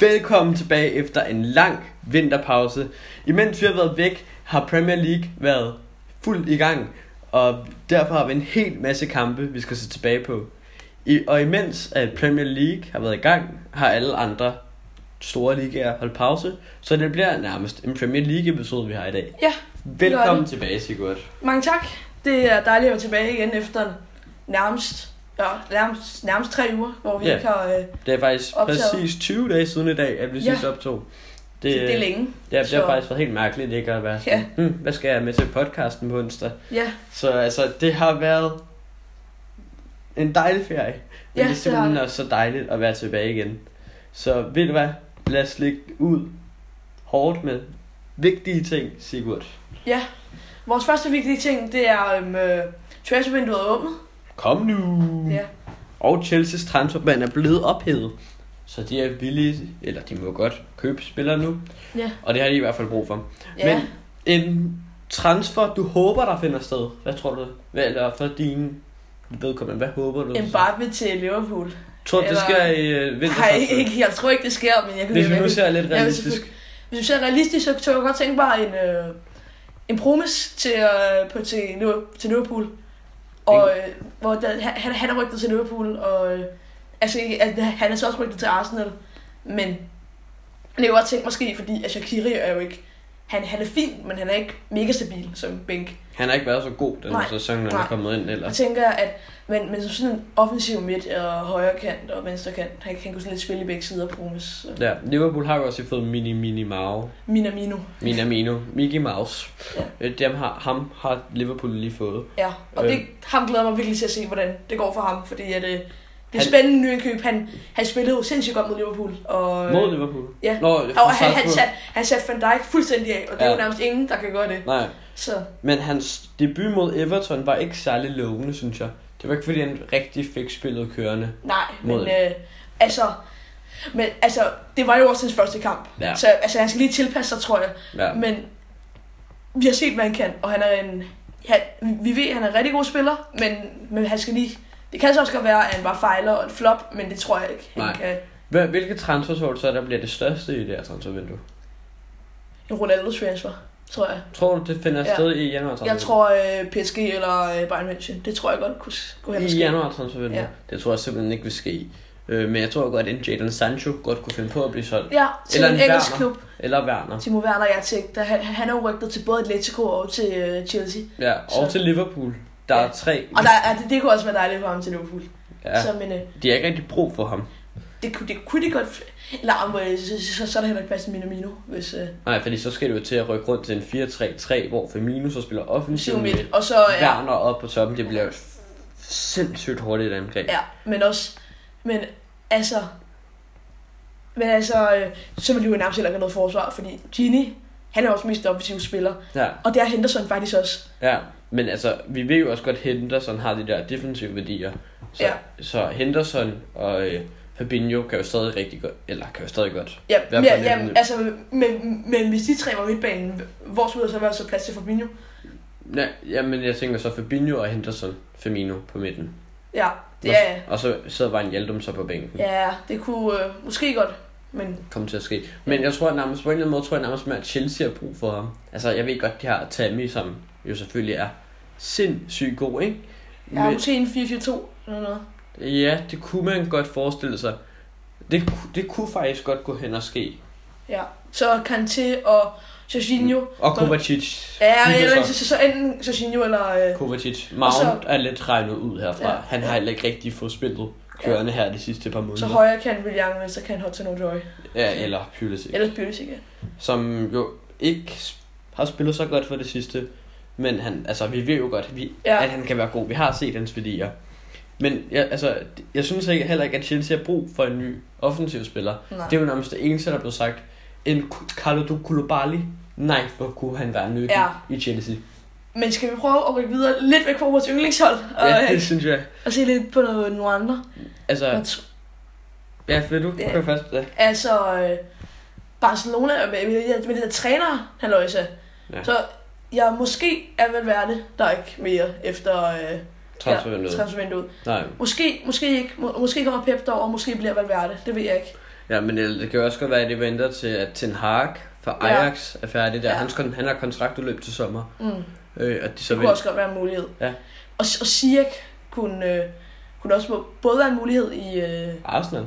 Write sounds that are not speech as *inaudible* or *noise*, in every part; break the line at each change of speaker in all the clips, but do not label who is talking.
Velkommen tilbage efter en lang vinterpause. Imens vi har været væk, har Premier League været fuldt i gang, og derfor har vi en hel masse kampe, vi skal se tilbage på. I, og imens at Premier League har været i gang, har alle andre store ligaer holdt pause, så det bliver nærmest en Premier League episode, vi har i dag.
Ja, det var
Velkommen
det.
tilbage, Sigurd.
mange tak. Det er dejligt at være tilbage igen efter nærmest, ja, nærmest, nærmest tre uger, hvor vi
Ja.
yeah. ikke har... Øh,
Det er faktisk
Optaget.
præcis 20 dage siden i dag, at vi
Ja.
sidst optog.
det, det er længe.
Ja, det har
Så-
faktisk været helt mærkeligt ikke at være sådan, ja. hmm, hvad skal jeg med til podcasten på onsdag?
Ja,
Så altså, det har været en dejlig ferie. Men
Ja,
det er
det
simpelthen
har det.
også så dejligt at være tilbage igen. Så ved du hvad? Lad os ligge ud hårdt med vigtige ting, Sigurd.
vores første vigtige ting, det er øhm, øh, transfervinduet er åbnet.
Kom nu!
Ja.
Og Chelsea's transferband er blevet ophedet. Så de er villige, eller de må godt købe spillere nu.
Ja.
Og det har de i hvert fald brug for.
Ja,
Men- En transfer, du håber, der finder sted. Hvad tror du? Hvad, eller for din vedkommende, hvad håber du?
en Mbappé til Liverpool.
Tror du, det
eller-
sker i øh,
Nej,
vintertransfer?
ikke, jeg tror ikke, det sker, men jeg kan
Hvis vi nu
det.
ser lidt
Ja,
realistisk.
selvfølgelig. Hvis du ser realistisk, så så kan jeg godt tænke mig en, øh, en promis til, øh, på, til, Liver- til Liverpool. Og øh, hvor der, han, han er rygtet til Liverpool, og øh, altså, ikke- at han er så også rygtet til Arsenal. Men det er jo også tænkt måske, fordi at Shaqiri er jo ikke... Han, han er fin, men han er ikke mega stabil som bænk.
Han har ikke været så god den
Nej.
sæson, når han er
Nej.
kommet ind eller.
Jeg tænker, at men, men som sådan en offensiv midt og højre kant og venstre kant, han kan kunne sådan lidt spille i begge sider på Promes. Og
Ja, Liverpool har jo også fået Mini Mini Mao,
Minamino.
Minamino, Mickey Mouse. Øh, Dem har, ham har Liverpool lige fået.
Ja, og
Øh.
det, ham glæder mig virkelig til at se, hvordan det går for ham, fordi at, øh, det er
Han-
spændende nyindkøb. Han, han spillede jo sindssygt godt mod Liverpool, og, øh,
Mod Liverpool.
ja.
Nå, fra
og han, han,
Salzburg.
satte, han satte Van Dijk fuldstændig af, og det er
Ja.
jo nærmest ingen, der kan gøre det.
Nej,
Så
men hans debut mod Everton var ikke særlig lovende, synes jeg. Det var ikke fordi, han rigtig fik spillet kørende.
nej, men
Mod-
øh, altså, men altså, det var jo også hans første kamp,
Ja.
så altså, han skal lige tilpasse sig, tror jeg.
Ja.
Men vi har set, hvad han kan, og han er en... Han, vi ved, at han er en rigtig god spiller, men, men han skal lige... Det kan så også godt være, at han bare fejler og et flop, men det tror jeg ikke. Han
Nej.
kan
Hvil- Hvilke transfers tror du så, der bliver det største i det her transfervindue?
en Ronaldo-transfer, tror jeg.
Tror du, det finder
Ja.
sted i januar
Jeg tror øh, PSG eller øh, Bayern München. Det tror jeg godt kunne s- gå hen og
I
ske.
januar transfervindue. Ja.
Ja.
Det tror jeg simpelthen ikke vil ske. Øh, men jeg tror godt, at en Jadon Sancho godt kunne finde på at blive solgt.
Ja, til
Eller
en,
en
engelsk
Werner.
klub.
Eller Werner.
Timo Werner, jeg tænkte, han, han er jo rygtet til både Atletico og til øh, Chelsea.
Ja, og
Så-
til Liverpool. Der
Ja.
er tre.
Og der, er, det, det kunne også være dejligt for ham til Liverpool.
Ja,
Så, men øh,
de har ikke rigtig brug for ham.
det, kunne- det kunne de godt... Eller om, øh, så, så, så er der heller ikke plads til Minamino, hvis... Øh,
Nej, fordi så skal det jo til at rykke rundt til en 4-3-3, hvor Firmino så spiller offensiv
syv
med
midt. Og så ja,
Werner op på toppen. Det bliver jo et f- sindssygt hurtigt angreb.
ja, men også, men altså, men altså, øh, så vil de jo nærmest heller ikke have noget forsvar, fordi Gini, han er også mest offensiv spiller,
Ja,
og der er Henderson faktisk også.
ja. Men altså, vi ved jo også godt, at Henderson har de der defensive værdier. Så,
Ja.
så Henderson og øh, Fabinho kan jo stadig rigtig godt, eller kan jo stadig godt
Ja,
Hvad
ja,
for en-
ja altså, men, men hvis de tre var midtbanen, hvor skulle der så være så plads til Fabinho?
Ja, jamen jeg tænker så Fabinho og Henderson Firmino på midten.
Ja, det er,
Og så sidder bare en Hjaldum så på bænken. Ja.
ja, det kunne øh, måske godt, men
Kom til at ske. Men jeg tror at nærmest på en eller anden måde, tror jeg nærmest mere, at Chelsea har brug for ham. Altså jeg ved godt, de har Tammy, som jo selvfølgelig er sindssygt god, ikke?
jeg har
Men,
måske en 4-4-2 eller noget.
ja, det kunne man godt forestille sig. Det, ku- det kunne faktisk godt gå hen og ske.
Ja, så Kanté og Jorginho.
Og Kovacic.
Ja,
hygger
eller,
sig.
så, så enten Jorginho eller... Øh,
Kovacic.
Og så-
Mount er lidt regnet ud herfra.
Ja.
Han har heller ikke rigtig fået spillet kørende her de sidste par måneder.
Så højre kan William, venstre kan Hudson Odoi.
Ja, eller Pulisic.
Ellers Bjørnes igen.
som jo ikke har spillet så godt for det sidste. Men han, altså, vi ved jo godt, vi, ja.
Ja.
at han kan være god. Vi har set hans værdier. Men jeg, altså, jeg synes ikke, heller ikke, at Chelsea har brug for en ny offensiv spiller.
Nej.
Det er jo nærmest det eneste, der er blevet sagt. En Ku- Kalidou Koulibaly? Nej, hvor kunne han være nyttig ja.
Ja.
i Chelsea.
Men skal vi prøve at rykke videre lidt væk fra vores yndlingshold? Og,
Ja,
ja.
det synes jeg.
og se lidt på noget, nogle andre.
Altså,
Jeg tror-
ja, vil du
Ja.
køre først? Ja.
Altså, øh, Barcelona øh, med, med, med det der træner, han løjse.
Ja.
Ja. Så jeg måske er vel værdig, der er ikke mere efter øh,
Transfervinduet.
Ja, transfervinduet.
Nej.
Måske, måske ikke. Må, måske kommer Pep derover, måske bliver Valverde. Det ved jeg ikke.
Ja, men det, det kan jo også godt være, at det venter til, at Ten Hag fra
Ja.
Ajax er færdig der.
Ja.
Ja. Hans, kon- han har kontraktudløb til sommer,
Mm.
øh, og de så
Det kunne
venter.
også godt være en mulighed.
Ja.
Og, og Ziyech kunne, øh, kunne også må- både være en mulighed i øh,
Arsenal?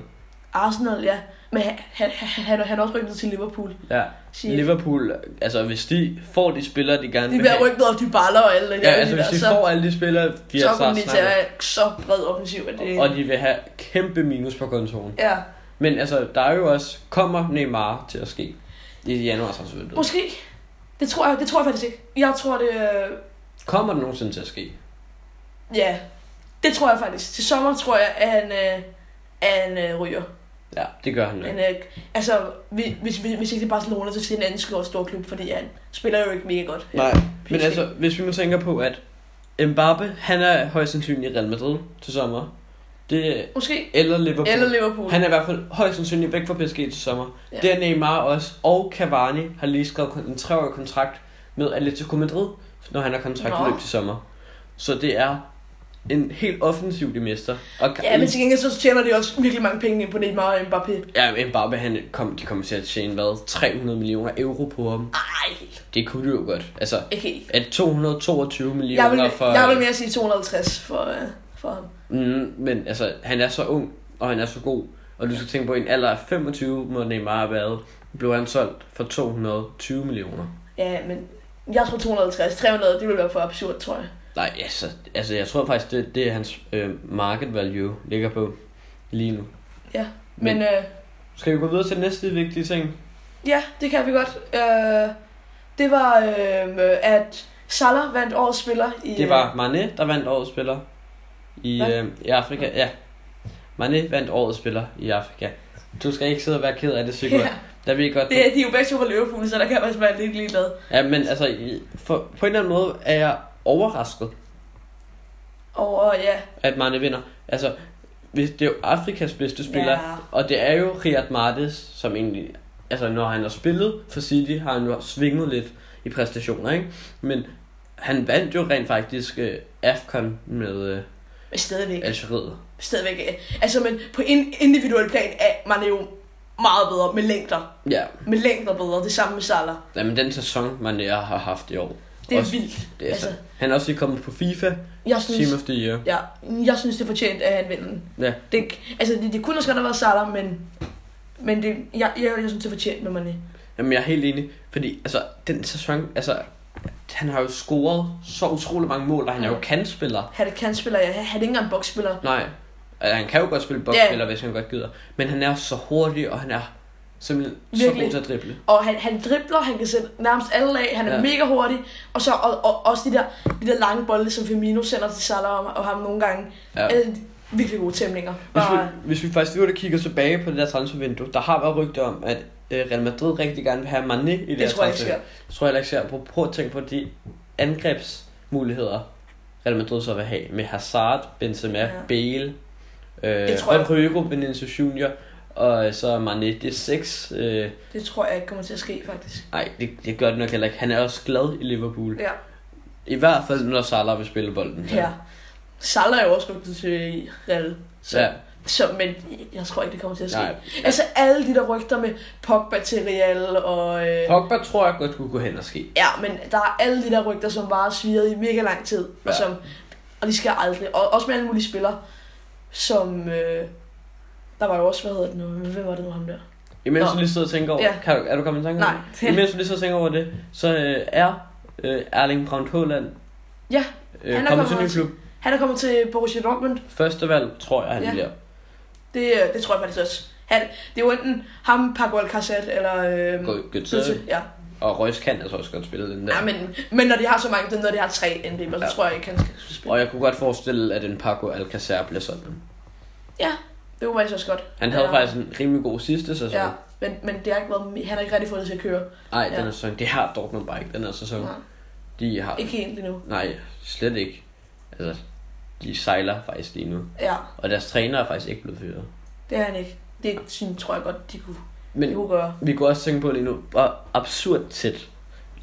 Arsenal, ja. Men han, han, han, han er også rykket til Liverpool.
Ja.
Ziyech.
Liverpool, altså hvis de får de spillere, de gerne
De
vil
bliver
have.
rykket, og de baller og alt det
Ja,
der,
altså
de der,
hvis de
så,
får alle de spillere, de
så
har
kommer
snart
de til
snakket,
at have så bred offensiv, at det...
og de vil have kæmpe minus på kontoren.
Ja,
Men altså, der er jo også, kommer Neymar til at ske i januar transfervinduet.
måske. Det tror jeg, det tror jeg faktisk ikke. Jeg tror det... Øh,
Kommer det nogensinde til at ske?
ja, det tror jeg faktisk. Til sommer tror jeg, at han, øh, at han øh, ryger.
Ja, det gør han nok.
Men, øh, altså, hvis, hvis, hvis, hvis ikke det er Barcelona, så skal det en anden stor, stor klub, fordi han spiller jo ikke mega godt.
Nej, men
PSG.
altså, hvis vi nu tænker på, at Mbappe, han er højst sandsynligt i Real Madrid til sommer. Det,
Måske.
eller Liverpool.
Eller Liverpool.
Han er i hvert fald højst sandsynligt væk fra PSG til sommer.
Ja.
Ja. Det er Neymar også, og Cavani har lige skrevet kon- en treårig kontrakt med Atletico Madrid, når han har
Nå.
kontraktløb til sommer. Så det er en helt offensiv de mester. Og
Ja, men til gengæld så tjener de også virkelig mange penge på Neymar og Mbappé.
ja, Mbappe, han kom, de kommer til at tjene, hvad, 300 millioner euro på ham.
Ej,
Det kunne de jo godt. Altså,
ikke helt.
at 222 millioner
Jeg vil,
for...
jeg vil mere sige 250 for, øh, for ham.
Mm, men altså, han er så ung, og han er så god. Og du skal tænke på, at i en alder af 25 må Neymar have været, blev han solgt for 220 millioner.
Ja, men jeg tror 250, 300, det ville være for absurd, tror jeg.
Nej, altså, altså jeg tror faktisk, det, det er hans øh, market value ligger på lige nu.
Ja, men,
Men-
øh,
Skal vi gå videre til næste vigtige ting?
ja, det kan vi godt. Øh, det var, øh, at Salah vandt årets spiller i... øh,
Det var Mané, der vandt årets spiller i,
Hvad?
øh, i Afrika. Ja, Mané vandt årets spiller i Afrika. Du skal ikke sidde og være ked af det, Sigurd.
*laughs* Ja,
Ja. Der ved jeg godt, du
det, de er jo begge to fra Liverpool, så der kan man også være lidt ligeglad.
Ja, men altså, i- for, på en eller anden måde er jeg overrasket,
Over, øh, ja.
at Mane vinder. Altså, hvis det er jo Afrikas bedste spiller, ja.
Ja,
og det er jo Riyad Mahrez, som egentlig, altså når han har spillet for City, har han jo svinget lidt i præstationer, ikke? Men han vandt jo rent faktisk øh, AFCON med øh,
men stadigvæk.
Algeriet.
Stadigvæk. ja. Altså, men på en individuel plan er man jo meget bedre med længder.
Ja,
Med længder bedre. Det samme med Salah.
men den sæson, man har haft i år.
Det er
Også-
vildt.
Det er altså.
altså,
så. Han er også lige kommet på FIFA,
jeg synes,
Team of the Year.
ja, jeg synes, det er fortjent at han vinder den.
Ja,
Det, altså, det, det kunne også godt have været Salah, men, men det, jeg, jeg, jeg synes, det er fortjent med Mané.
Jamen, jeg er helt enig, fordi altså, den sæson, altså, han har jo scoret så utrolig mange mål, og han er jo kantspiller.
Han er kantspiller, ja. Han er ikke engang boksspiller.
Nej, altså, han kan jo godt spille boksspiller, hvis han godt gider, men han er så hurtig, og han er simpelthen så
Virkelig.
god til at drible.
Og han, han dribler, han kan sætte nærmest alle af, han er ja.
Ja.
mega hurtig. Og så og, og, også de der, de der lange bolde, som Firmino sender til Salah og, og ham nogle gange.
Ja.
Altså, virkelig gode tæmninger.
Hvis
Bare,
vi, hvis vi faktisk lige kigger tilbage på det der transfervindue, der har været rygter om, at øh, Real Madrid rigtig gerne vil have Mané i det,
det tror jeg
transfer.
ikke sker.
Det tror jeg heller ikke sker. Prøv, prøv at tænke på de angrebsmuligheder, Real Madrid så vil have med Hazard, Benzema,
Ja.
ja. Bale, øh,
Det tror jeg-
Rodrigo, Vinicius Junior, og så Mané. Det er seks. Øh,
Det tror jeg ikke kommer til at ske, faktisk.
nej, det, det gør det nok heller ikke. Han er også glad i Liverpool.
Ja,
I hvert fald, når Salah vil spille bolden.
ja. Salah er jo også rygtet til Real. Så,
Ja,
så, men jeg tror ikke, det kommer til at ske.
nej.
Altså alle de der rygter med Pogba til Real og... Øh,
Pogba tror jeg godt kunne gå hen og ske.
ja, men der er alle de der rygter, som bare er sviret i mega lang tid.
Ja.
Ja. Og, som, og de skal aldrig. Og også med alle mulige spillere, som... Øh, der var jo også, hvad hedder det nu? Hvem var det nu ham der?
Imens
Nå.
du lige sidder og tænker over,
Ja.
ja. kan du, er du kommet i tanke om *laughs*
Nej.
det? Imens du lige sidder og tænker over det, så øh, er øh, Erling Brandt Haaland
Ja,
øh,
han er
kommet til en ny
kommet
klub.
Han er kommet til Borussia Dortmund.
Første valg, tror jeg, han
Ja.
ja. bliver.
Det, øh, det tror jeg faktisk også. Han, det er jo enten ham, Paco Alcacer, eller... Øh,
Gå- Götze.
Götze, ja.
Og Reus kan altså også godt spille den der.
ja. men, men når de har så mange, det er, når de har tre angriber, så
Ja.
tror jeg ikke, han skal spille.
Og jeg kunne godt forestille, at en Paco Alcacer bliver solgt.
Ja, det var faktisk også godt.
Han havde
Ja.
ja. faktisk en rimelig god sidste sæson.
Ja,
Ja.
men, men det har ikke været, me- han har ikke rigtig fået det til at køre.
Ej, den
Ja.
her sæson. Det har Dortmund bare ikke, den her sæson.
Nej.
De har...
Ikke helt endnu.
Nej, slet ikke. Altså, de sejler faktisk lige nu.
Ja,
Og deres træner er faktisk ikke blevet fyret.
det er han ikke. Det synes, tror jeg godt, de kunne, de
Men
kunne gøre.
vi kunne også tænke på lige nu, hvor absurd tæt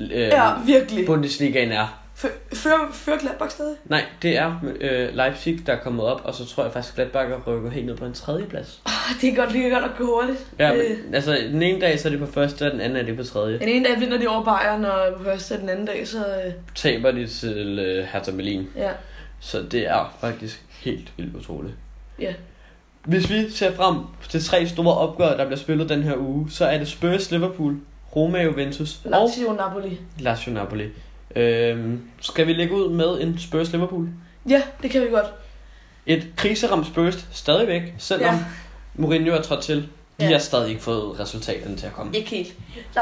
øh,
Ja, virkelig.
Bundesligaen er.
Fø- Fører fører Gladbach stadig?
Nej, det er øh, Leipzig, der er kommet op, og så tror jeg faktisk, at Gladbach rykker helt ned på en tredjeplads.
det kan godt lige godt at gå hurtigt.
Ja,
Øh,
men, altså, den ene dag, så er det på første, og den anden er det på tredje.
Den ene dag vinder de over Bayern, og på første og den anden dag, så... Øh,
Taber de til øh, Hertha Berlin.
ja.
Så det er faktisk helt vildt utroligt.
Ja.
Hvis vi ser frem til tre store opgør, der bliver spillet den her uge, så er det Spurs Liverpool, Roma Juventus og
Lazio og Napoli.
Lazio Napoli. Øhm, skal vi lægge ud med en Spurs Liverpool?
Ja, det kan vi godt.
Et kriseramt Spurs stadigvæk, selvom
Ja.
Mourinho er trådt til. De
Ja.
har stadig ikke fået resultaterne til at komme.
Ikke helt. Der,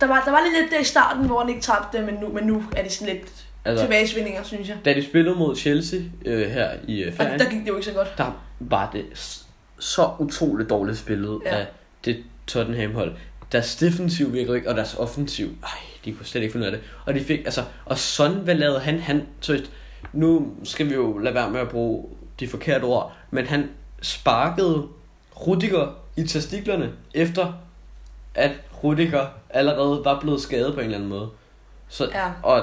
der, var, der var lige lidt der i starten, hvor han ikke tabte, men nu, men nu er det sådan lidt altså,
Altså,
tilbagesvindinger, synes jeg.
da de spillede mod Chelsea øh, her i øh,
Og
ferien,
der gik det jo ikke så godt.
der var det s- så utroligt dårligt spillet ja.
Ja.
af det Tottenham-hold. Deres defensiv virkede ikke, og deres offensiv, ej, de kunne slet ikke finde ud af det. Og de fik, altså, og sådan, hvad lavede han? Han, så nu skal vi jo lade være med at bruge de forkerte ord, men han sparkede Rudiger i testiklerne, efter at Rudiger allerede var blevet skadet på en eller anden måde. Så,
Ja,
og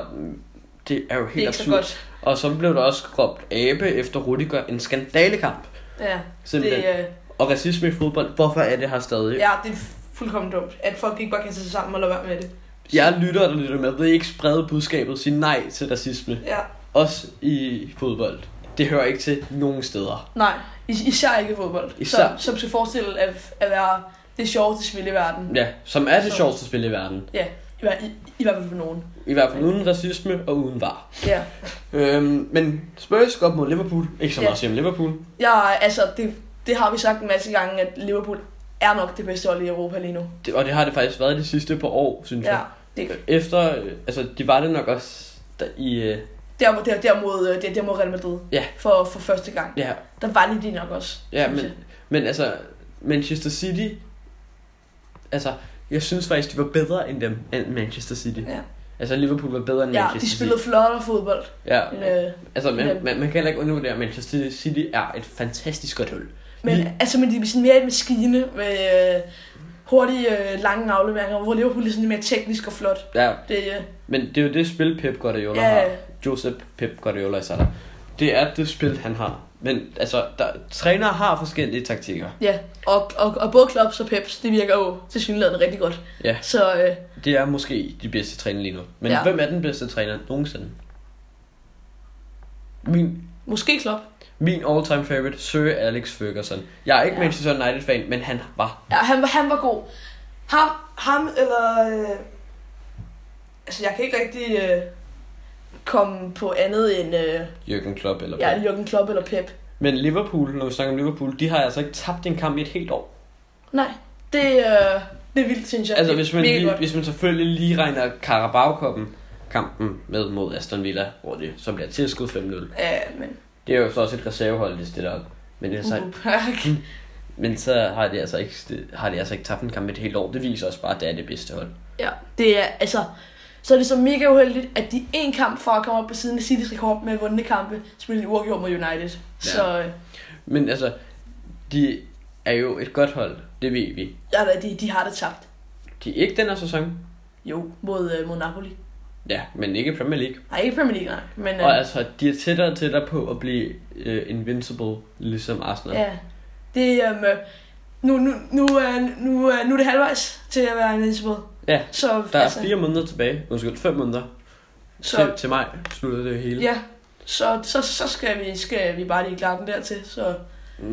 det er jo helt
det er ikke så
absurd.
godt.
Og så blev der også råbt abe efter Rudiger, en skandalekamp.
Ja, det,
Simpelthen. Det,
øh,
Og racisme i fodbold, hvorfor er det her stadig? Ja.
ja, det er fuldkommen dumt, at folk ikke bare kan tage sig sammen og lade være med det.
Jeg lytter og lytter med, ved ikke sprede budskabet, sige nej til racisme.
Ja,
Også i fodbold. Det hører ikke til nogen steder.
nej. Is- især ikke i fodbold.
Især.
Som, som skal forestille at, at være det sjoveste spil i verden.
Ja, som er det
Så-
sjoveste spil i verden.
Ja, i, hver- i, i hvert fald for nogen.
I hvert fald uden racisme og uden var.
Ja.
Øhm, men Spurs går op mod Liverpool. Ikke så
Ja.
meget at sige om Liverpool.
ja altså, det, det har vi sagt en masse gange, at Liverpool er nok det bedste hold i Europa lige nu.
Det, og det har det faktisk været de sidste par år, synes
Ja,
jeg.
det,
Efter, øh, altså de var det nok også der, i, øh,
der, hvor- der, der, mod, øh, der, der mod Real Madrid
Ja.
for, for første gang.
ja,
Der var lige de nok også.
Ja,
synes
men,
jeg.
men altså, Manchester City, altså, jeg synes faktisk, de var bedre end dem, end Manchester City.
Ja.
Altså, Liverpool var bedre end
Ja,
Manchester
de spillede flottere fodbold.
City. Ja,
Men, øh,
altså, man,
dem.
man, man kan heller ikke undervurdere, at Manchester City er et fantastisk godt hold.
men
Vi-
altså, men de er sådan mere en maskine med øh, hurtige, øh, lange afleveringer, hvor Liverpool er sådan lidt mere teknisk og flot.
Ja,
Det, øh,
men det er jo det spil, Pep Guardiola
ja,
har. Josep Pep Guardiola især der. Det er det spil, han har. Men altså, der, trænere har forskellige taktikker.
ja. Og, og, og både Klopps og Peps, det virker jo til synligheden rigtig godt.
Ja.
Så øh,
Det er måske de bedste træner lige nu. Men ja.
Ja.
hvem er den bedste træner nogensinde? Min
måske Klopp.
Min all-time favorite, Sir Alex Ferguson. Jeg er ikke ja.
Ja.
Manchester United-fan, men han var.
Ja, han, var- han var god. Ham, ham eller... Øh, altså, jeg kan ikke rigtig øh, komme på andet end øh,
Jürgen Klopp eller
ja,
ja.
Jürgen Klopp eller Pep.
Men Liverpool, når vi snakker om Liverpool, de har altså ikke tabt en kamp i et helt år.
Nej, det, øh, det er vildt, synes jeg.
Altså
Det er
hvis man,
mega
lige,
godt.
hvis man selvfølgelig lige regner Carabao-koppen kampen med mod Aston Villa, hvor det så bliver tilskud 5-0.
Ja, men...
Det er jo så også et reservehold, det stiller op. Men, ellers, har,
Uhu, Park.
men så har de, altså ikke, har de altså ikke tabt en kamp i et helt år. Det viser også bare, at det er det bedste hold.
*laughs* Ja, det er altså... Så er det så mega uheldigt, at de en kamp fra at komme op på siden af City's rekord med vundne kampe, spiller de uafgjort mod United. Ja. Så øh,
Men altså, de er jo et godt hold. Det ved vi.
ja, da, de, de har det tabt.
De er ikke den her sæson.
Jo, mod, øh, mod Napoli.
Ja, men ikke i Premier League.
Nej, ikke Premier League, nej. Men, øh,
Og altså, de er tættere og tættere på at blive uh, invincible, ligesom Arsenal. Ja.
Ja, det er... Øhm, nu, nu, nu, nu, nu, øh, nu er det halvvejs til at være invincible.
Ja,
så, altså,
Der er fire måneder tilbage, undskyld, fem måneder, så... til,
så,
til maj slutter det hele.
ja, så, så, så skal, vi, skal vi bare lige klare den dertil. Så,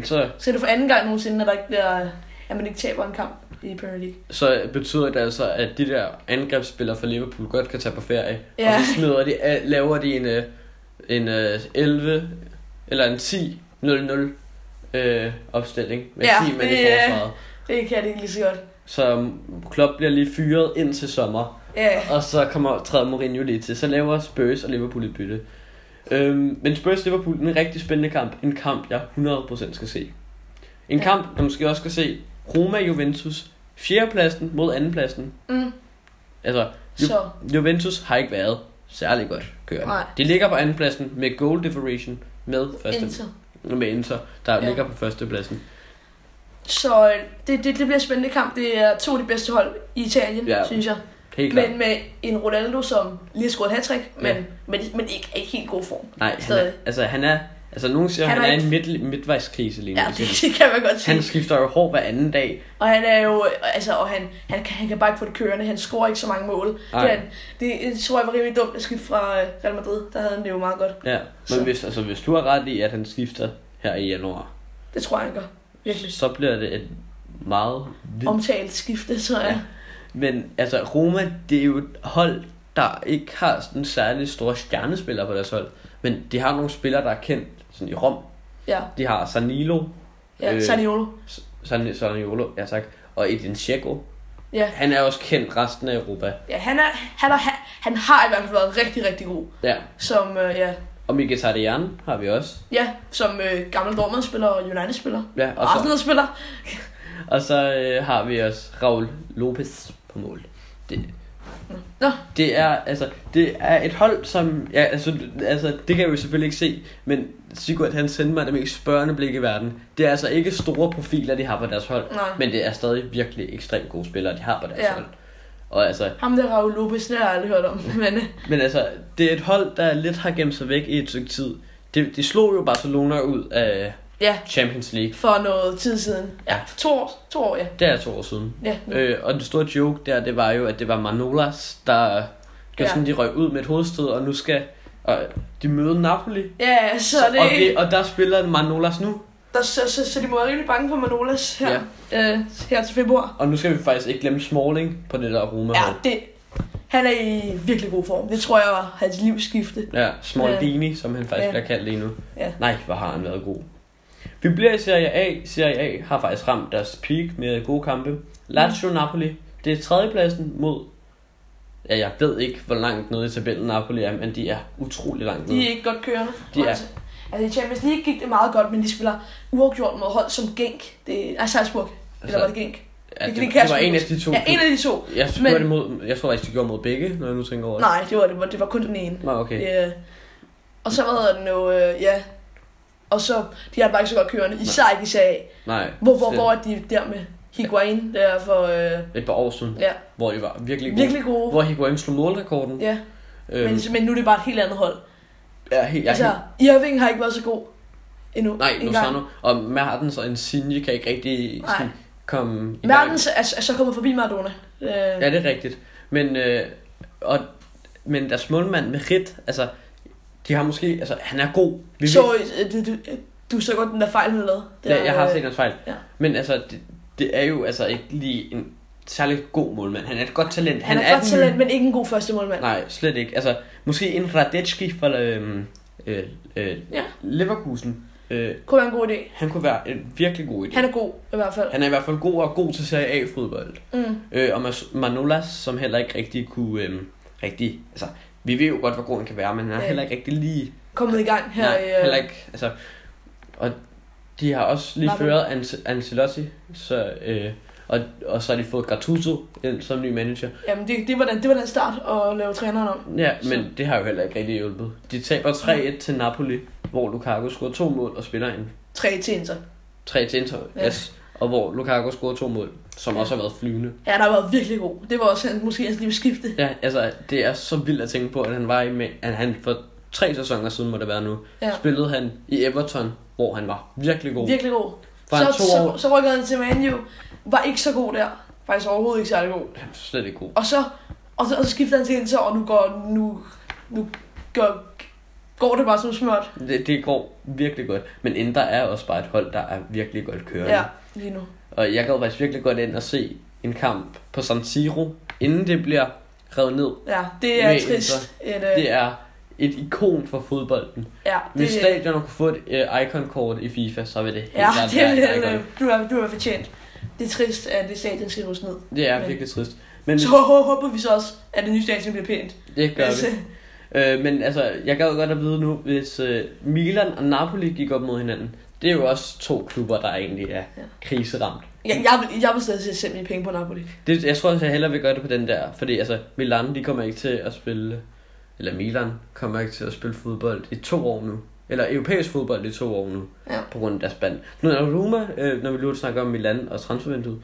Så,
så er det for anden gang nogensinde, at, der ikke bliver, at man ikke taber en kamp i Premier League.
så betyder det altså, at de der angrebsspillere fra Liverpool godt kan tage på ferie.
Ja.
Og så smider de, af- laver de en, øh, en øh, 11 eller en 10 0-0 øh, opstilling med
Ja,
10 mand i
det, øh,
forsvaret.
Det kan det ikke lige så godt.
Så mm, Klopp bliver lige fyret ind til sommer.
Ja,
Og så kommer træder Mourinho lige til. Så laver Spurs og Liverpool et bytte. Øhm, men Spurs Liverpool er en rigtig spændende kamp. En kamp, jeg 100% skal se. En
Ja.
kamp, jeg måske også skal se. Roma Juventus. Fjerdepladsen mod andenpladsen.
mm,
Altså,
så
Juventus har ikke været særlig godt kørende.
Nej.
De ligger på andenpladsen med goal differential med, første,
intet.
med Inter, der
Ja.
ligger på førstepladsen.
Så øh, det, det, det bliver en spændende kamp. Det er to af de bedste hold i Italien,
Ja,
ja, synes jeg.
Helt klart.
Men med en Ronaldo, som lige har scoret hat
Ja.
men, men, men ikke er i helt god form.
Nej, han er,
Stadig.
altså han er, Altså, nogen siger,
Han
han,
er
han er i
ikke-
en midt, midtvejskrise lige nu.
Ja,
i
det,
sit liv.
*laughs* det kan man godt sige.
Han skifter jo hår hver anden dag.
Og han er jo, altså, og han, han, kan, han kan bare ikke få det kørende, han scorer ikke så mange mål. Det,
Ej.
er han, det, det tror jeg var rimelig dumt at skifte fra øh, Real Madrid, der havde han det jo meget godt.
Ja.
Så.
Men hvis, altså, hvis du har ret i, at han skifter her i januar,
Det tror jeg, han gør. Virkelig.
så bliver det et meget vildt
Omtalt skifte, så jeg.
Ja. Men altså, Roma, det er jo et hold, der ikke har sådan særlig store stjernespillere på deres hold. Men de har nogle spillere, der er kendt sådan i Rom.
Ja,
De har Sanilo,
ja.
Øh.
Øh. Saniolo.
San, Saniolo, ja tak, og Edin Dzeko.
Ja.
Han er også kendt resten af Europa.
Ja, han, er, han, er, han, han har i hvert fald været rigtig, rigtig god.
Ja.
Som, øh, ja,
Og Mkhitaryan har vi også.
ja, som øh, gammel Dortmund-spiller og United-spiller.
Ja, og
Og
så,
Arsenal-spiller.
og så øh, har vi også Raul Lopez på mål. Det,
Nå.
det er altså det er et hold som ja, altså, altså det kan jeg jo selvfølgelig ikke se, men Sigurd han sendte mig det mest spørgende blik i verden. Det er altså ikke store profiler de har på deres hold,
Nej.
men det er stadig virkelig ekstremt gode spillere de har på deres
Ja.
hold. Og altså
Ham der Raul Lopez, det har jeg aldrig hørt om. *laughs* Men øh,
men altså, det er et hold, der lidt har gemt sig væk i et stykke tid. De, de slog jo Barcelona ud af
ja,
Champions League.
for noget tid siden. Ja,
Ja.
for to år, to år ja.
Det er to år siden.
ja. nu.
Øh, og den store joke der, det var jo, at det var Manolas, der
Ja.
gjorde sådan, de røg ud med et hovedstød, og nu skal og de møde Napoli.
Ja, så det...
og, det, og der spiller Manolas nu,
Der, så, så, så de må være rimelig bange for Manolas her, ja. øh, her til februar.
og nu skal vi faktisk ikke glemme Smalling på det der Roma
Ja, det, han er i virkelig god form. Det tror jeg var hans livsskifte.
ja Smaldini, som han faktisk
Ja.
ja. bliver kaldt lige nu.
Ja.
Nej, hvor har han været god. Vi bliver i Serie A. Serie A har faktisk ramt deres peak med gode kampe. Lazio Napoli, det er tredjepladsen mod... Ja, jeg ved ikke, hvor langt nede i tabellen Napoli er, men de er utrolig langt nede.
De er ikke godt kørende.
De er.
Altså, altså i Champions League gik det meget godt, men de spiller uafgjort mod hold som Genk. Det er Salzburg. Altså, eller var det Genk?
Ja, det,
Det- det
det,
kan
det var
jeg
en af
sgu
de to.
Ja, en af de to.
Jeg, synes,
Men-
men... det mod, jeg tror faktisk, de gjorde mod begge, når jeg nu tænker over det.
Nej, det var, det var, det var kun den ene.
Nå, okay. Yeah.
Øh, og så hvad hedder den jo, øh, ja. Og så, de har det bare ikke så godt kørende. Især ikke i sag.
Nej.
Hvor, hvor,
det-
hvor er de der med Higuain der for, øh,
Et par år siden,
ja,
hvor de var virkelig gode.
virkelig gode.
Oh. Hvor Higuain slog målrekorden.
Ja,
Øhm,
men, men nu er det bare et helt andet hold.
ja, helt,
Ja,
ja,
altså,
helt,
Irving har ikke været så god endnu.
nej, nu
engang.
starter nu. Og Mertens og Insigne kan ikke rigtig
Nej.
sådan, komme i gang.
Mertens er, er så kommet forbi Maradona. Øh,
Ja, det er rigtigt. Men, øh, og, men deres målmand med Rit, altså, de har måske, altså, han er god. Vi
så,
ved,
øh, du, du, du så godt den der fejl, han lavede. Det
ja,
er,
jeg har
øh,
set hans fejl.
ja.
Men altså, det, det er jo altså ikke lige en særlig god målmand. Han er et godt talent.
Han, er,
er
godt
den-
talent, men ikke en god første målmand.
Nej, slet ikke. Altså, måske en Radetski fra øhm, øh, øh,
Ja.
Leverkusen. Øh,
Kunne være en god idé.
han kunne være en virkelig god idé.
Han er god, i hvert fald.
han er i hvert fald god og god til Serie A-fodbold.
Mm.
Øh, og Mas- Manolas, som heller ikke rigtig kunne... Øhm, rigtig, altså, vi ved jo godt, hvor god han kan være, men han er
Ja.
heller ikke rigtig lige...
Kommet i gang her øh,
nej,
i...
heller ikke, altså, og de har også lige
Napoli.
ført An- Ancelotti, så, øh, og, og så har de fået Gattuso ind som ny manager.
Jamen, det, det, var den, det var den start at lave træneren om.
Ja,
Så-
men det har jo heller ikke rigtig hjulpet. De taber 3-1 til Napoli, hvor Lukaku scorer to mål og spiller en
3 til Inter.
3 til Inter,
Ja.
ja. yes, og hvor Lukaku scorer to mål, som
Ja.
også har været flyvende.
Ja, der har været virkelig god. Det var også hans, måske hans livsskifte.
Ja, altså, det er så vildt at tænke på, at han var i, med, at han for tre sæsoner siden må det være nu,
Ja.
spillede han i Everton, hvor han var virkelig god.
Virkelig god.
Var han
Så,
to
så,
år?
så rykkede han til Man U. Var ikke så god der. Faktisk overhovedet ikke særlig god.
Han var slet ikke god.
Og så, og så, og så skifter han til Inter, og nu går, nu, nu går, går det bare som smørt.
Det, det går virkelig godt, men Inter er også bare et hold, der er virkelig godt kørende.
Ja, lige nu.
Og jeg gad faktisk virkelig godt ind og se en kamp på San Siro, inden det bliver revet ned
Ja, det er
Med
trist. Et, øh,
Det er et ikon for fodbolden.
ja,
Hvis stadioner kunne få et uh, icon-kort i FIFA, så vil det helt
ja,
klart
det er,
være et
lidt,
icon.
øh, du, er, du er fortjent. Det er trist, at det stadion skal rives ned.
Det er
men-
virkelig trist. Men
Så *laughs* hå- håber vi så også, at det nye stadion bliver pænt.
det gør
Altså,
vi. Øh, men altså, jeg gad godt at vide nu, hvis uh, Milan og Napoli gik op mod hinanden. Det er jo også to klubber, der egentlig er
Ja.
kriseramt.
jeg, jeg, vil, jeg vil stadig sætte selv mine penge på Napoli.
Det, jeg tror, at jeg hellere vil gøre det på den der. Fordi altså, Milan, de kommer ikke til at spille... Eller Milan kommer ikke til at spille fodbold i to år nu. Eller europæisk fodbold i to år nu.
Ja.
På grund af deres band. Nu er Roma, øh, når vi nu snakker om Milan og transfervinduet,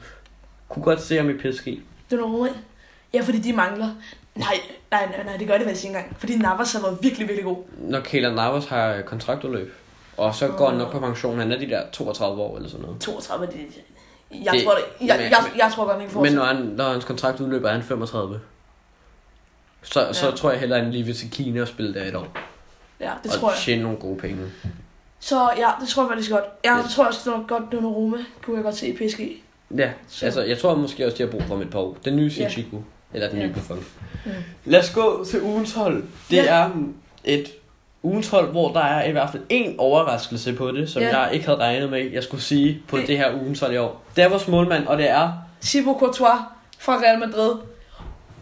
kunne godt se ham i PSG.
Det er noget Ja, fordi de mangler. Nej, nej, nej, nej, det gør det faktisk ikke engang. Fordi Navas har været virkelig, virkelig god.
Når Kæler Navas har øh, kontraktudløb. Og så går han nok på pension. Han er de der 32 år eller sådan noget.
32, det, jeg,
Det-
tror det, jeg,
men-
jeg, jeg, jeg tror godt, han kan
Men
fortsætte.
når, han, når hans kontrakt udløber, er han 35. Så, ja. så
Ja.
tror jeg hellere, han lige vil til Kina og spille der et år.
Ja, det
og
tror jeg.
tjene nogle gode penge.
Så ja, det tror jeg faktisk godt. Ja,
Yes.
det tror jeg også det var godt, Donnarumma kunne jeg godt se i PSG.
Ja,
Så-
altså jeg tror måske også, de har brug for om et par år. Den nye
Ja.
Sinchiku, ja. eller den
Ja.
nye Buffon.
Mm.
Lad os gå til ugens hold. Det
Ja.
er et ugens hold, hvor der er i hvert fald en overraskelse på det, som
Ja.
jeg ikke havde regnet med, jeg skulle sige på det,
Det-
det her ugens hold i år. Det er vores målmand, og det er...
Thibaut Courtois fra Real Madrid.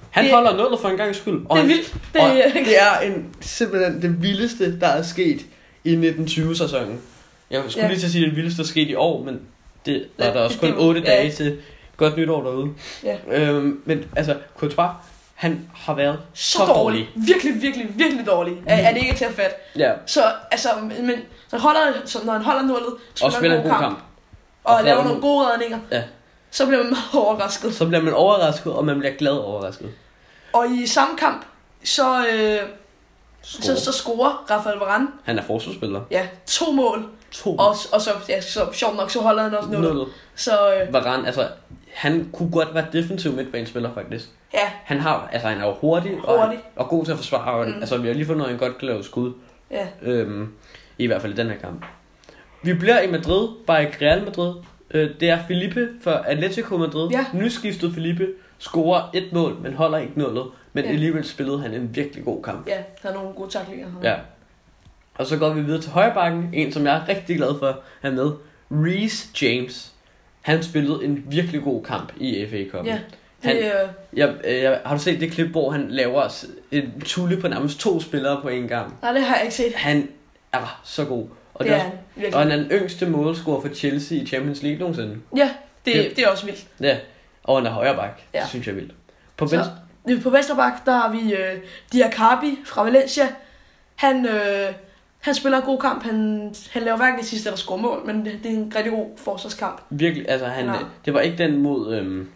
Han
Det-
holder nullet for en gang skyld.
Det er
han-
vildt. Det,
Det, og
er-
det er en, simpelthen det vildeste, der er sket i 1920-sæsonen. Jeg skulle
Ja.
lige til at sige, at det vildeste er sket i år, men det var
Ja,
der også
det-
kun
det-
8
ja.
dage til godt nytår derude.
Ja.
Øhm, men altså, Courtois, han har været
så
så
dårlig. Virkelig, virkelig, virkelig dårlig. Er, er det ikke til at fatte.
Ja,
Så altså, men så holder, så når han holder nullet, så
og spiller en god kamp.
og,
Og
laver
får-
nogle gode redninger,
Ja.
så bliver man meget *laughs* overrasket.
Så bliver man overrasket, og man bliver glad overrasket.
Og i samme kamp, så, øh, så,
Score.
så scorer Rafael Varane
Han er forsvarsspiller.
ja, to mål,
To
og, og så, ja, så sjovt nok, så holder han også nullet.
nullet.
Så øh,
Varane, altså, han kunne godt være defensiv midtbanespiller faktisk.
ja,
Han har, altså han er jo hurtig, og,
Hurtig.
og god til at forsvare, og, mm.
Mm.
altså vi har lige fået noget en godt lavet skud,
ja.
øhm, i hvert fald i den her kamp. Vi bliver i Madrid, bare ikke Real Madrid. Øh, det er Felipe fra Atletico Madrid,
Ja.
nyskiftet Felipe, scorer et mål, men holder ikke nullet, men
Ja.
alligevel spillede han en virkelig god kamp.
Ja, der er nogle gode taklinger.
Ja. Og så går vi videre til højrebakken, en som jeg er rigtig glad for, han med, Reece James. Han spillede en virkelig god kamp i FA Cup'en.
Ja,
Han-
det, øh,
Jeg, øh, jeg, har du set det klip, hvor han laver s- en tulle på nærmest to spillere på en gang?
nej, det har jeg ikke set.
Han er så god. Og,
Og
det er,
han virkelig.
også, og han er den yngste målscorer for Chelsea i Champions League nogensinde.
Ja, det,
Ja.
det er også vildt.
Ja, og han er højre bak. Ja.
Ja.
Det synes jeg er vildt. På
Så-
venstre,
Øh, På Vesterbak, der har vi øh, Diakabi fra Valencia. Han, øh, han spiller en god kamp. Han, han laver hverken det sidste eller score mål, men det, det er en rigtig god forsvarskamp.
virkelig, altså han,
Nej.
øh, det var ikke den mod øhm,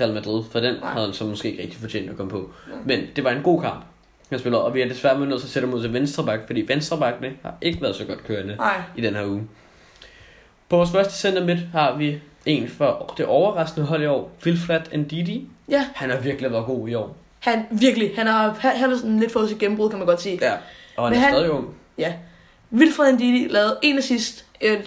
Real Madrid, for den
Nej.
havde han så måske ikke rigtig fortjent at komme på.
Nej.
Men det var en god kamp. Han spiller, og vi er desværre nødt til at sætte ham ud til venstre bak, fordi venstre bakkene har ikke været så godt kørende.
Nej,
i den her uge. På vores første center midt har vi en for det overraskende hold i år, Wilfred Ndidi.
Ja.
Han har virkelig været god i år.
han virkelig. Han har, han, han har sådan lidt fået sit gennembrud, kan man godt sige.
Ja. Og han
Men
er
han-
stadig ung.
Wilfred Ndidi lavede en assist. Øh,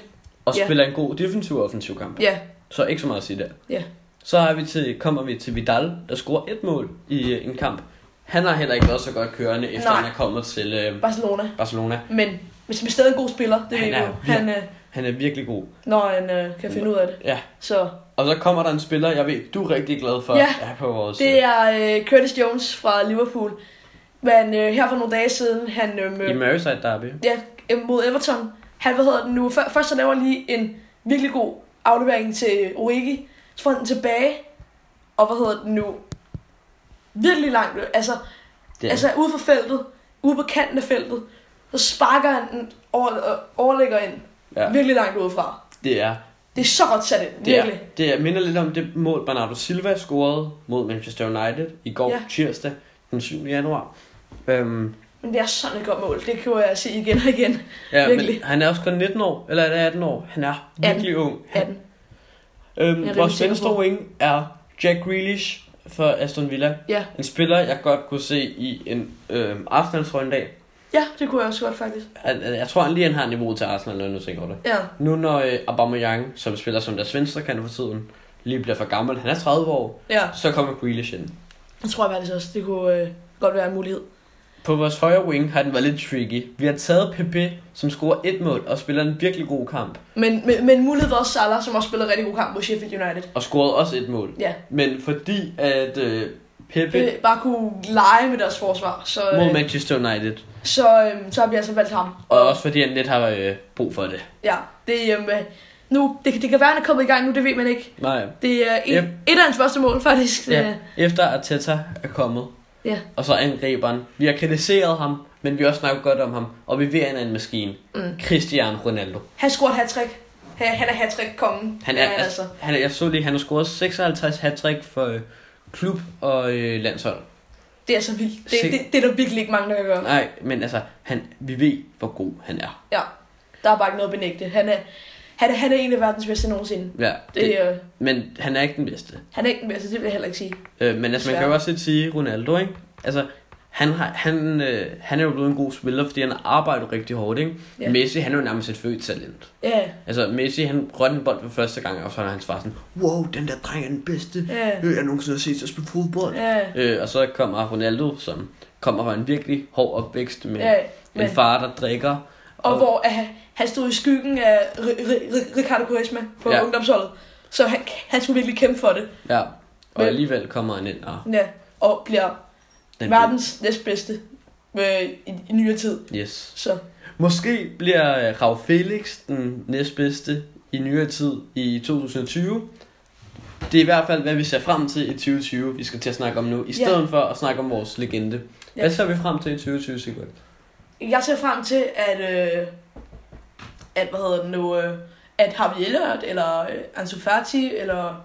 Og
Ja.
spiller en god defensiv og offensiv kamp.
ja,
Så ikke så meget at sige der.
Ja.
Så har vi til, kommer vi til Vidal, der scorer et mål i øh, en kamp. Han har heller ikke været så godt kørende, efter
Nej.
han er kommet til øh,
Barcelona.
Barcelona.
Men hvis vi er stadig en god spiller, det
Han
ved
er
jeg
vir-
Han, øh,
Han er virkelig god.
når han øh, kan finde ud af det.
Ja.
Så
Og så kommer der en spiller, jeg ved, du er rigtig glad for,
Ja.
er på vores...
Det er øh, Curtis Jones fra Liverpool. Men øh, her for nogle dage siden, han øh,
øh, I
mødte-
Merseyside Derby.
ja, øh, mod Everton. Han, hvad hedder den nu? Før, først så laver han lige en virkelig god aflevering til Origi. Så får han den tilbage. Og hvad hedder den nu? Virkelig langt. øh, Altså,
Det er,
altså ude for feltet. Ude på kanten af feltet. Så sparker han den over, øh, overlægger ind.
Ja.
Ja. Virkelig langt udefra.
det er
Det er så godt sat ind.
Det, er,
Virkelig.
det er, minder lidt om det mål, Bernardo Silva scorede mod Manchester United i går ja.
Ja.
tirsdag den 7. januar. Øhm,
Men det er sådan et godt mål. Det kan jeg sige igen og igen.
ja, men
Virkelig.
han er også kun 19 år, eller er det 18 år. Han er virkelig ung. Han,
18. Jeg
øhm,
er
vores
rimelig sikker
venstre
på.
wing er Jack Grealish for Aston Villa.
Ja.
En spiller, jeg godt kunne se i en øhm, Arsenal-trøje en dag.
Ja, det kunne jeg også godt faktisk.
Han- Jeg tror han lige, han har niveauet til Arsenal, når jeg nu tænker over det.
Ja.
Nu når øh, Aubameyang, som spiller som deres venstre kan for tiden, lige bliver for gammel, han er 30 år,
Ja,
så kommer Grealish ind.
det tror jeg faktisk også. Det kunne øh, godt være en mulighed.
På vores højre wing har den været lidt tricky. Vi har taget Pepe, som scorer et mål og spiller en virkelig god kamp.
Men, men, men mulighed var også Salah, som også spillede rigtig god kamp mod Sheffield United.
Og scorede også et mål.
Ja,
Men fordi at øh, Pepe
det bare kunne lege med deres forsvar, så,
mod
øh,
Manchester United,
så, øh, så har vi altså valgt ham.
og også fordi han lidt har øh, brug for det.
Ja, det, øh, nu, det, det kan være, han er kommet i gang nu, det ved man ikke.
Nej.
Det er en,
Yep.
et af hans første mål, faktisk.
Ja.
Ja.
Efter Arteta er kommet,
Ja.
og så angriberen. Vi har kritiseret ham, men vi har også snakket godt om ham. Og vi ved, at han er en maskine.
Mm.
Cristiano Ronaldo.
Han scorede et hat-trick. Han, han er hat-trick-kongen.
Han
Det
er, altså, han er, jeg så lige, han har scoret 56 hat for øh, klub og øh, landshold.
Det er så vildt. Det,
Se.
det, det, er der virkelig ikke mange, der kan gøre.
Nej, men altså, han, vi ved, hvor god han er.
Ja. Der er bare ikke noget at benægte. Han er, han, er- han er en af verdens bedste nogensinde.
Ja,
Det,
det,
øh,
men han er ikke den bedste.
han er ikke den bedste, det vil jeg heller ikke sige.
Øh, men altså, man kan jo også lidt sige Ronaldo, ikke? Altså, han, har, han, øh, han er jo blevet en god spiller, fordi han arbejder rigtig hårdt, ikke?
Ja.
Yeah. Messi, han er jo nærmest et født talent.
Ja,
Altså, Messi, han rørte en bold for første gang, og så er hans far sådan, wow, den der dreng er den bedste,
ja,
øh, jeg nogensinde har set at spille fodbold.
ja,
Øh, og så kommer Ronaldo, som kommer fra en virkelig hård opvækst med
ja.
en
Men,
far, der drikker.
og hvor at han- han stod i skyggen af Ri- Ri- Ri- Ricardo Quaresma på
Ja.
ja. ungdomsholdet. Så han, han skulle virkelig kæmpe for det.
Ja, og
Men-
alligevel kommer han ind og...
Ja. Og bliver
Den
verdens næstbedste øh, i, i nyere tid.
Yes.
Så
Måske bliver øh, Rav Felix den næstbedste i nyere tid i 2020. Det er i hvert fald, hvad vi ser frem til i 2020, vi skal til at snakke om nu, i stedet for at snakke om vores legende.
Ja.
Hvad ser vi frem til i 2020, Sigurd?
jeg ser frem til, at, øh, at hvad hedder det nu, øh, at Harvey Elliott, eller øh, Ansu Fati, eller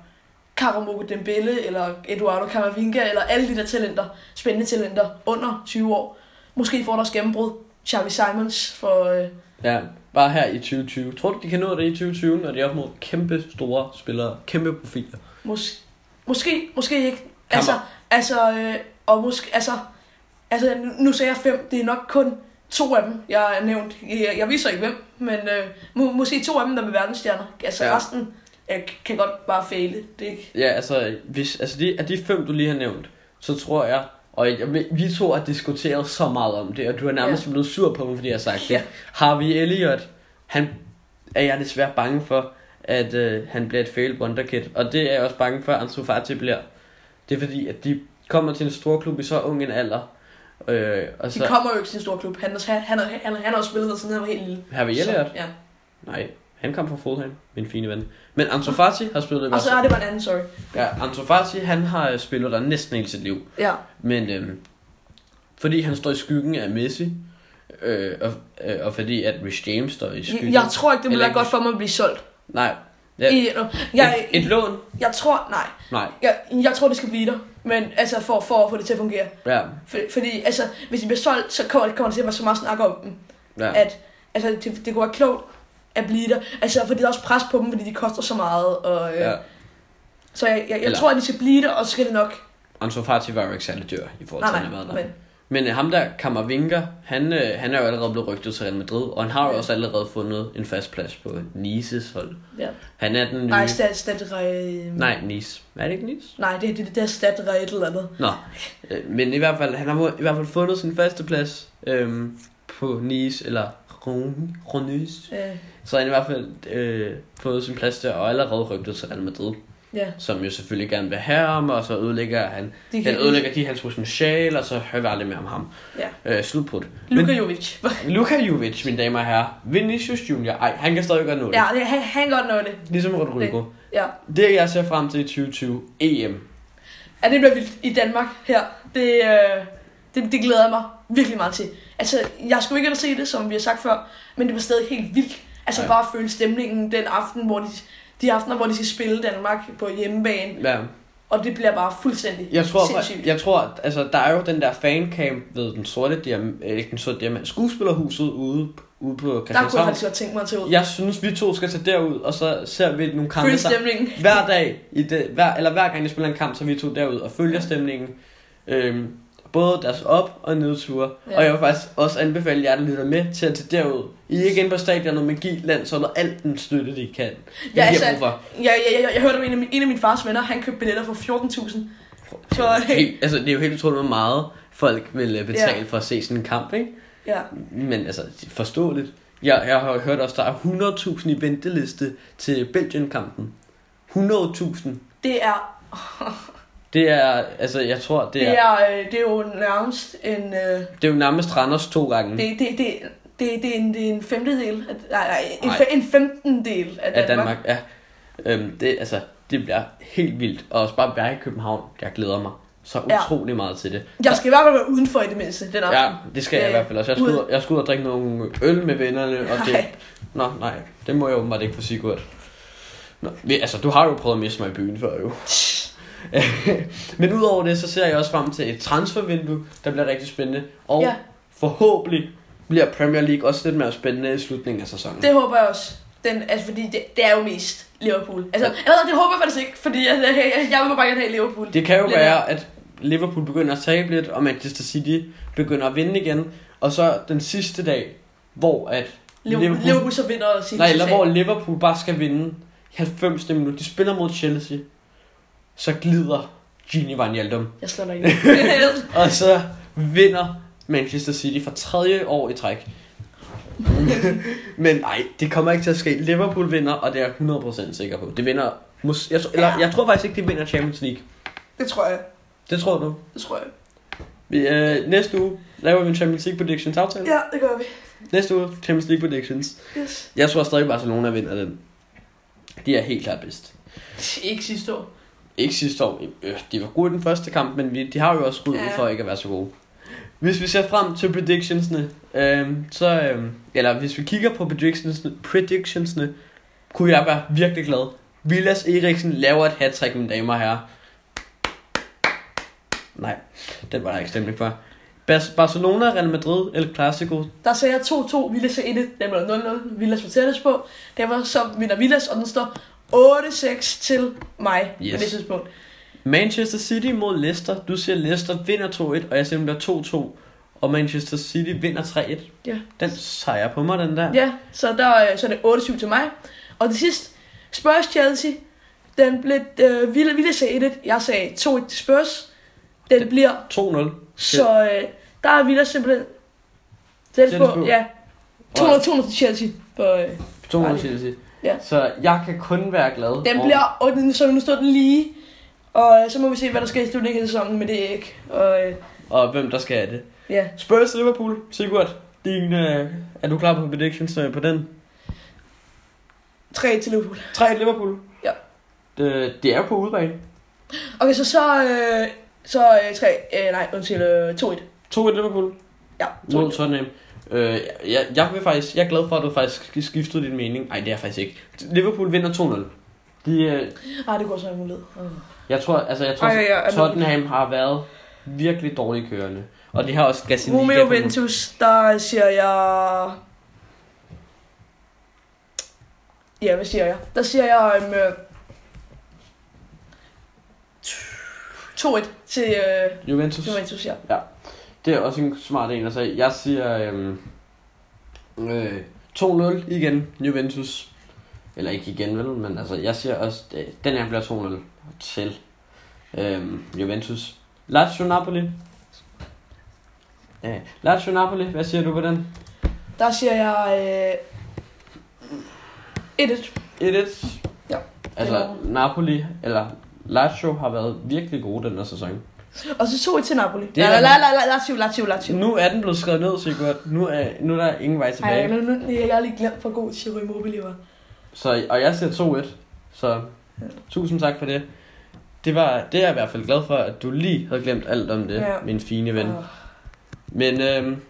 Karamoko Dembele, eller Eduardo Camavinga, eller alle de der talenter, spændende talenter, under 20 år, måske får deres gennembrud. Xavi Simons for... Øh,
Ja, bare her i 2020. Tror du, de kan nå det i 2020, når de er op mod kæmpe store spillere, kæmpe profiler?
Mås- måske, måske ikke.
Hammer.
Altså, altså, øh, og måske, altså, altså, nu, nu sagde jeg fem, det er nok kun to af dem, jeg har nævnt. Jeg, jeg viser ikke hvem, men øh, må, måske to af dem, der er verdensstjerner. Altså
Ja.
ja. resten øh, kan godt bare fejle. Det er ikke...
Ja, altså, hvis, altså de, af de fem, du lige har nævnt, så tror jeg, og jeg, vi to har diskuteret så meget om det, og du er nærmest ja. blevet sur på mig, fordi jeg har sagt ja.
Ja.
det. Harvey Elliot, han er jeg desværre bange for, at øh, han bliver et failed wonderkid, og det er jeg også bange for, at Ansu Fati bliver. Det er fordi, at de kommer til en stor klub i så ung en alder, øh, og
De
så
kommer jo ikke til en stor klub. Han, han, han, han, han har jo spillet der, siden han var helt lille.
Harvey
Så,
Elliot,
ja.
nej, han kom fra Fulham, min fine ven. Men Ansu Fati har spillet der.
Og så er det bare en anden, sorry.
Ja, Ansu Fati, han har øh, spillet der næsten hele sit liv.
Ja.
Men øhm, fordi han står i skyggen af Messi, øh, og, øh, og fordi at Rich James står i skyggen...
Jeg tror ikke, det ville
Eller
være godt for mig at blive solgt.
Nej,
Ja.
Ja.
I, jeg,
et, et lån?
jeg tror, nej.
Nej,
Jeg, jeg tror, det skal blive der. Men altså, for, for at få det til at fungere.
ja,
For, fordi altså, hvis de bliver solgt, så kommer, kommer der til at være så meget snak om dem,
ja,
at altså, det, det kunne være klogt at blive der. Altså, fordi der er også pres på dem, fordi de koster så meget. Og, øh,
ja.
ja. Så jeg, jeg, jeg
Eller-
tror, at de skal blive der, og så skal det nok...
Ansu Fati var jo ikke særlig dyr i forhold til,
Nej,
at han
nej,
har været
men
der. Men øh, ham der, Kammervinger, han, øh, han er jo allerede blevet rygtet til Real Madrid, og han har jo
Ja.
også allerede fundet en fast plads på Nices hold.
ja.
Han er den nye...
Nej, stat, stat, re...
Nej, Nice. Er det ikke Nice?
Nej, det, det, det er stat, re, et eller andet.
Nå, øh, men i hvert fald, han har må- i hvert fald fundet sin faste plads øhm, på Nice, eller Ronis.
Øh,
Så har han i hvert fald øh, fået sin plads der, og allerede rygtet til Real Madrid,
ja,
som jo selvfølgelig gerne vil have ham, og så ødelægger
*laughs*
han,
de
han ødelægger de hans potentiale, og så hører vi aldrig mere om ham.
Ja.
Øh, slut på det.
Luka Jovic.
Men Luka Jovic, mine damer og herrer, Vinicius Junior, ej, han kan stadig godt nå det.
ja, det, han, han kan godt nå det.
Ligesom Rodrigo.
Ja.
Det, jeg ser frem til i E 2020, EM.
Ja, det bliver vildt i Danmark her. Det, øh, det, det glæder jeg mig virkelig meget til. Altså, jeg skulle ikke ellers se det, som vi har sagt før, men det var stadig helt vildt. Altså,
Ja.
ja. bare at føle stemningen den aften, hvor de, de aftener, hvor de skal spille Danmark på hjemmebane.
Ja.
Og det bliver bare fuldstændig
Jeg tror,
sindssygt.
at, jeg tror at, altså, der er jo den der fancam ved den sorte diamant, ikke den sorte diamant, skuespillerhuset ude, ude på
der kunne jeg
Christianshavn.
faktisk godt tænke mig til ud.
Jeg synes, vi to skal tage derud, og så ser vi nogle kampe
Føle
sammen.
stemningen.
Hver dag, i det, hver, eller hver gang jeg spiller en kamp, så er vi to derud og følger stemningen. Øhm, både deres op- og nedture. Ja.
Ja.
Og jeg vil faktisk også anbefale jer, der lytter med, til at tage derud. I er ikke inde på stadionet, men giv landsholdet alt den støtte, de kan. Ja,
altså-
altså, brug for.
Jeg, jeg, jeg, jeg hørte om en af, mine, en af mine fars venner, han købte billetter for 14.000. For-
helt, altså, det er jo helt utroligt, hvor meget folk vil øh, betale ja. for at se sådan en kamp, ikke?
Ja.
Men altså, forståeligt. Jeg, jeg har hørt også, der er 100.000 i venteliste til Belgien-kampen. 100.000.
Det er,
Det er, altså, jeg tror, det,
det,
det er,
er, øh, det er jo nærmest en... Øh,
det er jo nærmest Randers to gange det,
Det, det, det, det, det, er, en, det er en femtedel, af, nej, nej, en,
Nej.
fe, en femtendel af
af
Danmark.
Danmark. Ja. Øhm, det, altså, det bliver helt vildt. Og også bare at være i København, jeg glæder mig så
Ja.
utrolig meget til det.
Jeg skal i hvert fald være udenfor i det mindste, den aften.
Ja, det skal jeg i
Øh,
hvert fald også. Jeg skal,
ud.
ud, jeg skal ud og drikke nogle øl med vennerne, og det...
Nej.
Nå, nej, det må jeg åbenbart ikke få Sigurd. Nå, vi- altså, du har jo prøvet at miste mig i byen før, jo. Men udover det, så ser jeg også frem til et transfervindue, der bliver rigtig spændende. Og ja.
Ja.
forhåbentlig bliver Premier League også lidt mere spændende i slutningen af sæsonen.
Det håber jeg også. Den, altså, fordi det, det er jo mest Liverpool. Altså, altså det håber jeg faktisk ikke, fordi altså, jeg, jeg, jeg vil bare gerne have Liverpool.
Det kan jo
Lidt
være, at Liverpool begynder at tabe lidt, og Manchester City begynder at vinde igen. Og så den sidste dag, hvor at
Liverpool,
Liverpool-
Liverpool, Liverpool så vinder sit
Nej, eller
resultat.
hvor Liverpool bare skal vinde 90 minut. De spiller mod Chelsea. Så glider Gini Wijnaldum.
Jeg slår
*laughs*
dig ikke.
Og så vinder Manchester City for tredje år i træk. Men nej, det kommer ikke til at ske. Liverpool vinder, og det er jeg 100% sikker på. Det vinder... mås- Jeg, tror- eller, jeg tror faktisk ikke, de vinder Champions League.
det tror jeg.
Det tror du.
Det tror jeg.
Vi, øh, næste uge laver vi en Champions League predictions aftale.
Ja, det gør vi.
Næste uge, Champions League predictions.
Yes.
Jeg tror stadig, Barcelona vinder den. De er helt klart bedst.
Ikke sidste år.
Ikke sidste år. Øh, de var gode i den første kamp, men vi, de har jo også ryddet ja.
Ja.
for ikke at være så gode. Hvis vi ser frem til predictionsne, øh, så, øh, eller hvis vi kigger på predictionsne, predictionsne, kunne jeg være virkelig glad. Vilas Eriksen laver et hat mine damer og herrer. Nej, den var der ikke stemning for. Bas- Barcelona, Real Madrid, El Clasico.
Der sagde jeg 2-2, Villas er inde, den blev 0-0, Villas var tættest på. Det var så vinder Villas, og den står 8-6 til mig yes. på
Yes.
det tidspunkt.
Manchester City mod Leicester. Du siger Leicester vinder 2-1, og jeg siger, den bliver 2-2. Og Manchester City vinder 3-1.
Ja.
Den sejrer på mig, den der.
ja, så, der, øh, så er det 8-7 til mig. Og til sidst, Spurs Chelsea, den blev øh, Villa, Villa sagde 1 jeg sagde 2-1 til Spurs. Den bliver
2-0.
så, øh, der er Villa simpelthen tættest
Tættest
på.
på.
Ja, 200, 200 til Chelsea. For, øh,
2-0 Chelsea.
Ja.
Så jeg kan kun være glad.
Den
over-
bliver, og den, så nu står den lige. Og øh, så må vi se, hvad der sker i slutningen af sæsonen, men det er ikke. Og øh,
Og hvem der skal have det.
ja,
Spurs Liverpool. Sigurd, din, øh, er du klar på predictions øh, på den?
3 til Liverpool.
3 Liverpool.
Ja.
Det, det er jo på udebane.
Okay, så så, øh, så øh, 3, øh, nej, undskyld, øh, 2-1.
2-1 Liverpool
Ja,
mod
2-1.
Tottenham. Øh, jeg, jeg, vil faktisk, jeg er glad for, at du faktisk skiftede din mening. Nej, det er jeg faktisk ikke. Liverpool vinder 2-0. De, øh,
Ej, Ah, det går så en mulighed. Uh.
jeg tror, altså, jeg tror,
Ej, ja, ja,
Tottenham har været virkelig dårligt kørende. Og de har også Gazzaniga.
Romeo Ventus, der siger jeg... Ja, hvad siger jeg? Der siger jeg... øhm, Øh, 2-1 til øh,
Juventus.
Juventus, ja.
Det er også en smart en at sige. Jeg siger øhm, øh, 2-0 igen, Juventus. Eller ikke igen, vel? Men altså, jeg siger også, øh, den her bliver 2-0 til øhm, Juventus. Lazio Napoli. Ja, Lazio Napoli, hvad siger du på den?
Der siger jeg... Øh, 1-1.
1-1.
Ja, det
Altså,
er
Napoli, eller Lazio har været virkelig gode den her sæson.
Og så 2-1 til Napoli.
er
Nej, nej,
rigtigt.
nej, nej, Lazio, Lazio, Lazio.
Nu er den blevet skrevet ned, Sigurd. Nu er, nu er der ingen vej tilbage.
Ej, nu, nu, jeg har lige glemt, hvor god Chiro Immobile var.
Så, og jeg siger 2-1. Så
Ja.
tusind tak for det. Det, var, det er jeg i hvert fald glad for, at du lige havde glemt alt om det,
Ja.
min fine ven.
Og
Men, øhm,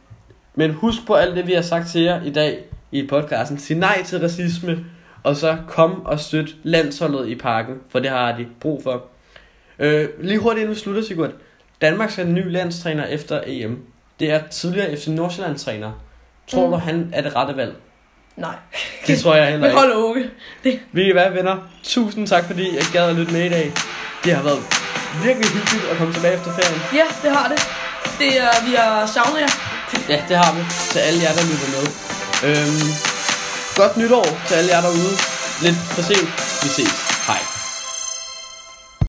men husk på alt det, vi har sagt til jer i dag i podcasten. Sig nej til racisme, og så kom og støt landsholdet i parken, for det har de brug for. Øh, lige hurtigt inden vi slutter, Sigurd. Danmark skal have en ny landstræner efter EM. Det er tidligere FC Nordsjælland-træner. Tror
Mm.
du, han er det rette valg?
Nej,
Det tror jeg heller
men
ikke.
*laughs* hold Åke.
Ved I hvad, venner? Tusind tak, fordi jeg gad at lytte med i dag. Det har været virkelig hyggeligt at komme tilbage efter ferien.
Ja, det har det. Det er, vi har savnet jer.
Ja, det har vi til alle jer, der lytter med. Øhm, godt nytår til alle jer derude. Lidt for sent. Vi ses. Hej.